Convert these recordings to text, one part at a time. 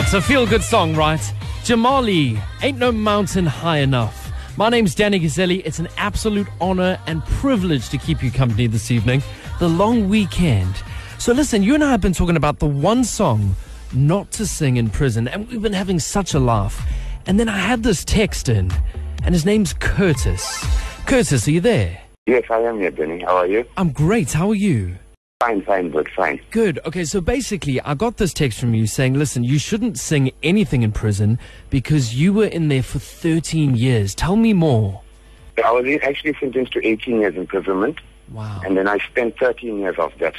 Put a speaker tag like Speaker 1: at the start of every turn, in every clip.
Speaker 1: That's Oh, a feel good song, right? Jamali, Ain't No Mountain High Enough. My name's Danny Gazzelli. It's an absolute honor and privilege to keep you company this evening, the long weekend. So, listen, you and I have been talking about the one song not to sing in prison, and we've been having such a laugh. And then I had this text in, and his name's Curtis. Curtis, are you there?
Speaker 2: Yes, I am here, Danny. How are you?
Speaker 1: I'm great. How are you?
Speaker 2: Fine, fine, but fine.
Speaker 1: Good. Okay, so basically, I got this text from you saying, listen, you shouldn't sing anything in prison because you were in there for 13 years. Tell me more.
Speaker 2: I was actually sentenced to 18 years imprisonment,
Speaker 1: Wow.
Speaker 2: and then I spent 13 years of that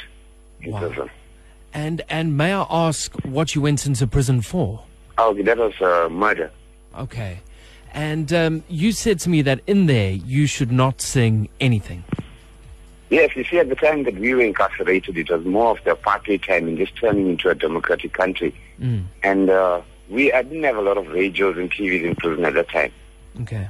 Speaker 2: in
Speaker 1: Wow.
Speaker 2: prison.
Speaker 1: And and may I ask what you went into prison for?
Speaker 2: Oh, that was uh, murder.
Speaker 1: Okay. And um, you said to me that in there you should not sing anything.
Speaker 2: Yes, you see, at the time that we were incarcerated, it was more of the apartheid time and just turning into a democratic country.
Speaker 1: Mm.
Speaker 2: And uh, we I didn't have a lot of radios and TVs in prison at that time.
Speaker 1: Okay.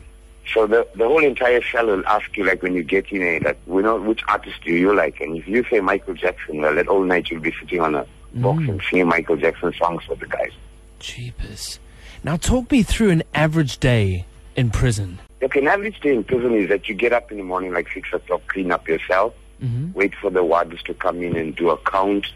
Speaker 2: So the the whole entire cell will ask you, like, when you get in, eh, like, we know which artist do you like? And if you say Michael Jackson, well, that all night you'll be sitting on a box and singing Michael Jackson songs for the guys.
Speaker 1: Jeepers. Now talk me through an average day in prison.
Speaker 2: Okay, an average day in prison is that you get up in the morning like 6 o'clock, clean up your cell,
Speaker 1: Mhm.
Speaker 2: wait for the warders to come in and do a count,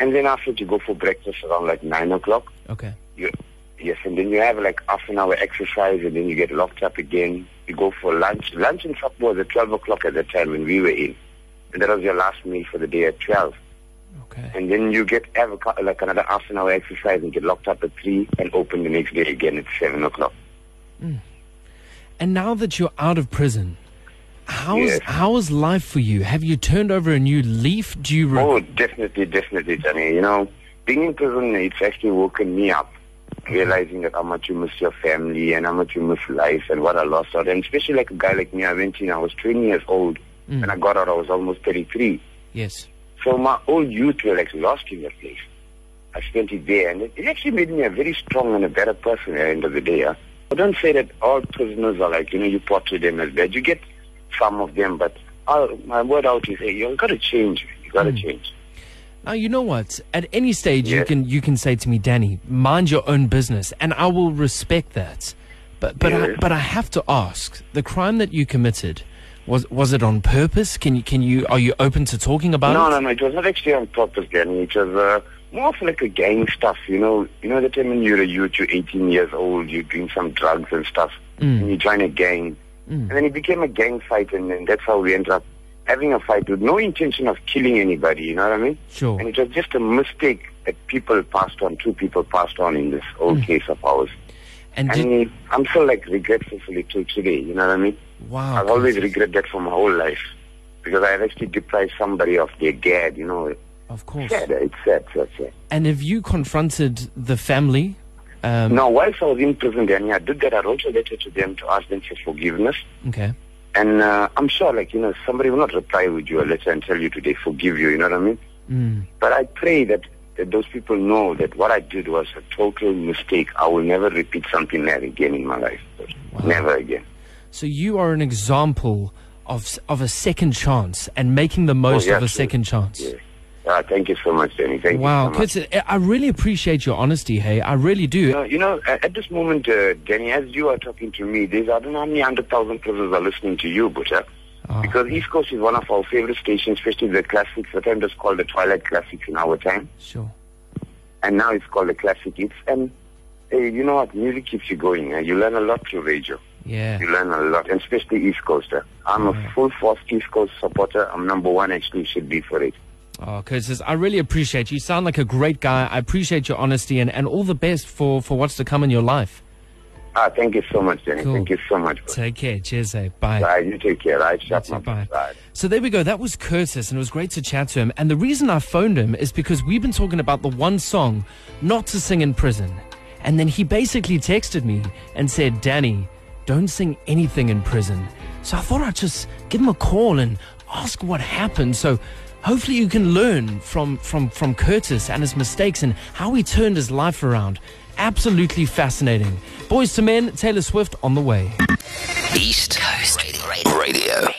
Speaker 2: and then after you go for breakfast around like 9 o'clock.
Speaker 1: Okay.
Speaker 2: You, yes, and then you have like half an hour exercise and then you get locked up again. You go for lunch. Lunch and supper was at 12 o'clock at the time when we were in. And that was your last meal for the day at 12.
Speaker 1: Okay.
Speaker 2: And then you get have a, cou- like another half an hour exercise and get locked up at 3 and open the next day again at 7 o'clock.
Speaker 1: And now that you're out of prison, how's
Speaker 2: Yes.
Speaker 1: how is life for you? Have you turned over a new leaf? Do you re-
Speaker 2: Oh, definitely, definitely, Johnny. You know, being in prison, it's actually woken me up, realizing that how much you miss your family and how much you miss life and what I lost out. And especially like a guy like me, I went in, I was 20 years old. and When I got out, I was almost 33.
Speaker 1: Yes.
Speaker 2: So my whole youth was like lost in that place. I spent it there, and it, it actually made me a very strong and a better person at the end of the day. Huh? I don't say that all prisoners are like, you know, you portray them as bad. You get some of them, but all, my word out is, hey, you've got to change. man. you got to change.
Speaker 1: Now you know what? At any stage you
Speaker 2: Yeah.
Speaker 1: can you can say to me, Danny, mind your own business, and I will respect that. But but I,
Speaker 2: Yeah.
Speaker 1: but I have to ask: the crime that you committed was was it on purpose? Can you can you are you open to talking about
Speaker 2: No,
Speaker 1: it?
Speaker 2: no, no. It was not actually on purpose, Danny. It was uh, more of like a gang stuff. You know, you know the time when you're a youth, you're 18 years old, you're doing some drugs and stuff,
Speaker 1: Mm.
Speaker 2: and you join a gang, and then it became a gang fight, and, and that's how we ended up having a fight with no intention of killing anybody. You know what I mean?
Speaker 1: Sure.
Speaker 2: And it was just a mistake that people passed on. Two people passed on in this old case of ours.
Speaker 1: And
Speaker 2: I
Speaker 1: Mm. did,
Speaker 2: mean, I'm still like regretful for it till today. You know what I mean?
Speaker 1: wow,
Speaker 2: I've always
Speaker 1: Curtis.
Speaker 2: regretted that for my whole life because I have actually deprived somebody of their dad, you know.
Speaker 1: of course.
Speaker 2: Sad, it's sad, sad, sad.
Speaker 1: And have you confronted the family? Um,
Speaker 2: Now, whilst I was in prison, Danny, I did that. I wrote a letter to them to ask them for forgiveness.
Speaker 1: Okay.
Speaker 2: And uh, I'm sure, like, you know, somebody will not reply with you a letter and tell you today, forgive you, you know what I mean?
Speaker 1: Mm.
Speaker 2: But I pray that, that those people know that what I did was a total mistake. I will never repeat something like that again in my life. Never again.
Speaker 1: So you are an example of s- of a second chance and making the most
Speaker 2: yeah,
Speaker 1: of a
Speaker 2: absolutely.
Speaker 1: second chance.
Speaker 2: Yeah. Uh, thank you so much, Danny. Thank
Speaker 1: Wow,
Speaker 2: you so much.
Speaker 1: Curtis, I- I really appreciate your honesty. Hey, I really do.
Speaker 2: You know, you know, a- at this moment, uh, Danny, as you are talking to me, there's I don't know how many hundred thousand prisoners are listening to you, Butcher.
Speaker 1: Ah.
Speaker 2: Because East Coast is one of our favorite stations, especially the classics. The time that's called the Twilight Classics in our time,
Speaker 1: Sure.
Speaker 2: and now it's called the Classic Hits. And uh, you know what? Music keeps you going. Uh, you learn a lot through radio.
Speaker 1: Yeah.
Speaker 2: You learn a lot, and especially East Coaster. I'm a full force East Coast supporter. I'm number one. Actually, should be for it.
Speaker 1: Oh, Curtis, I really appreciate you. You sound like a great guy. I appreciate your honesty and, and all the best for, for what's to come in your life.
Speaker 2: Ah, thank you so much, Danny.
Speaker 1: Cool.
Speaker 2: Thank you so much. Butcher.
Speaker 1: Take care. Cheers, hey. Bye.
Speaker 2: Bye. You take care. Right, shut
Speaker 1: That's it,
Speaker 2: my
Speaker 1: bye.
Speaker 2: Bye.
Speaker 1: So there we go. That was Curtis, and it was great to chat to him. And the reason I phoned him is because we've been talking about the one song not to sing in prison. And then he basically texted me and said, Danny, don't sing anything in prison. So I thought I'd just give him a call and ask what happened. So hopefully you can learn from, from, from Curtis and his mistakes and how he turned his life around. Absolutely fascinating. Boys to Men, Taylor Swift on the way.
Speaker 3: East Coast Radio.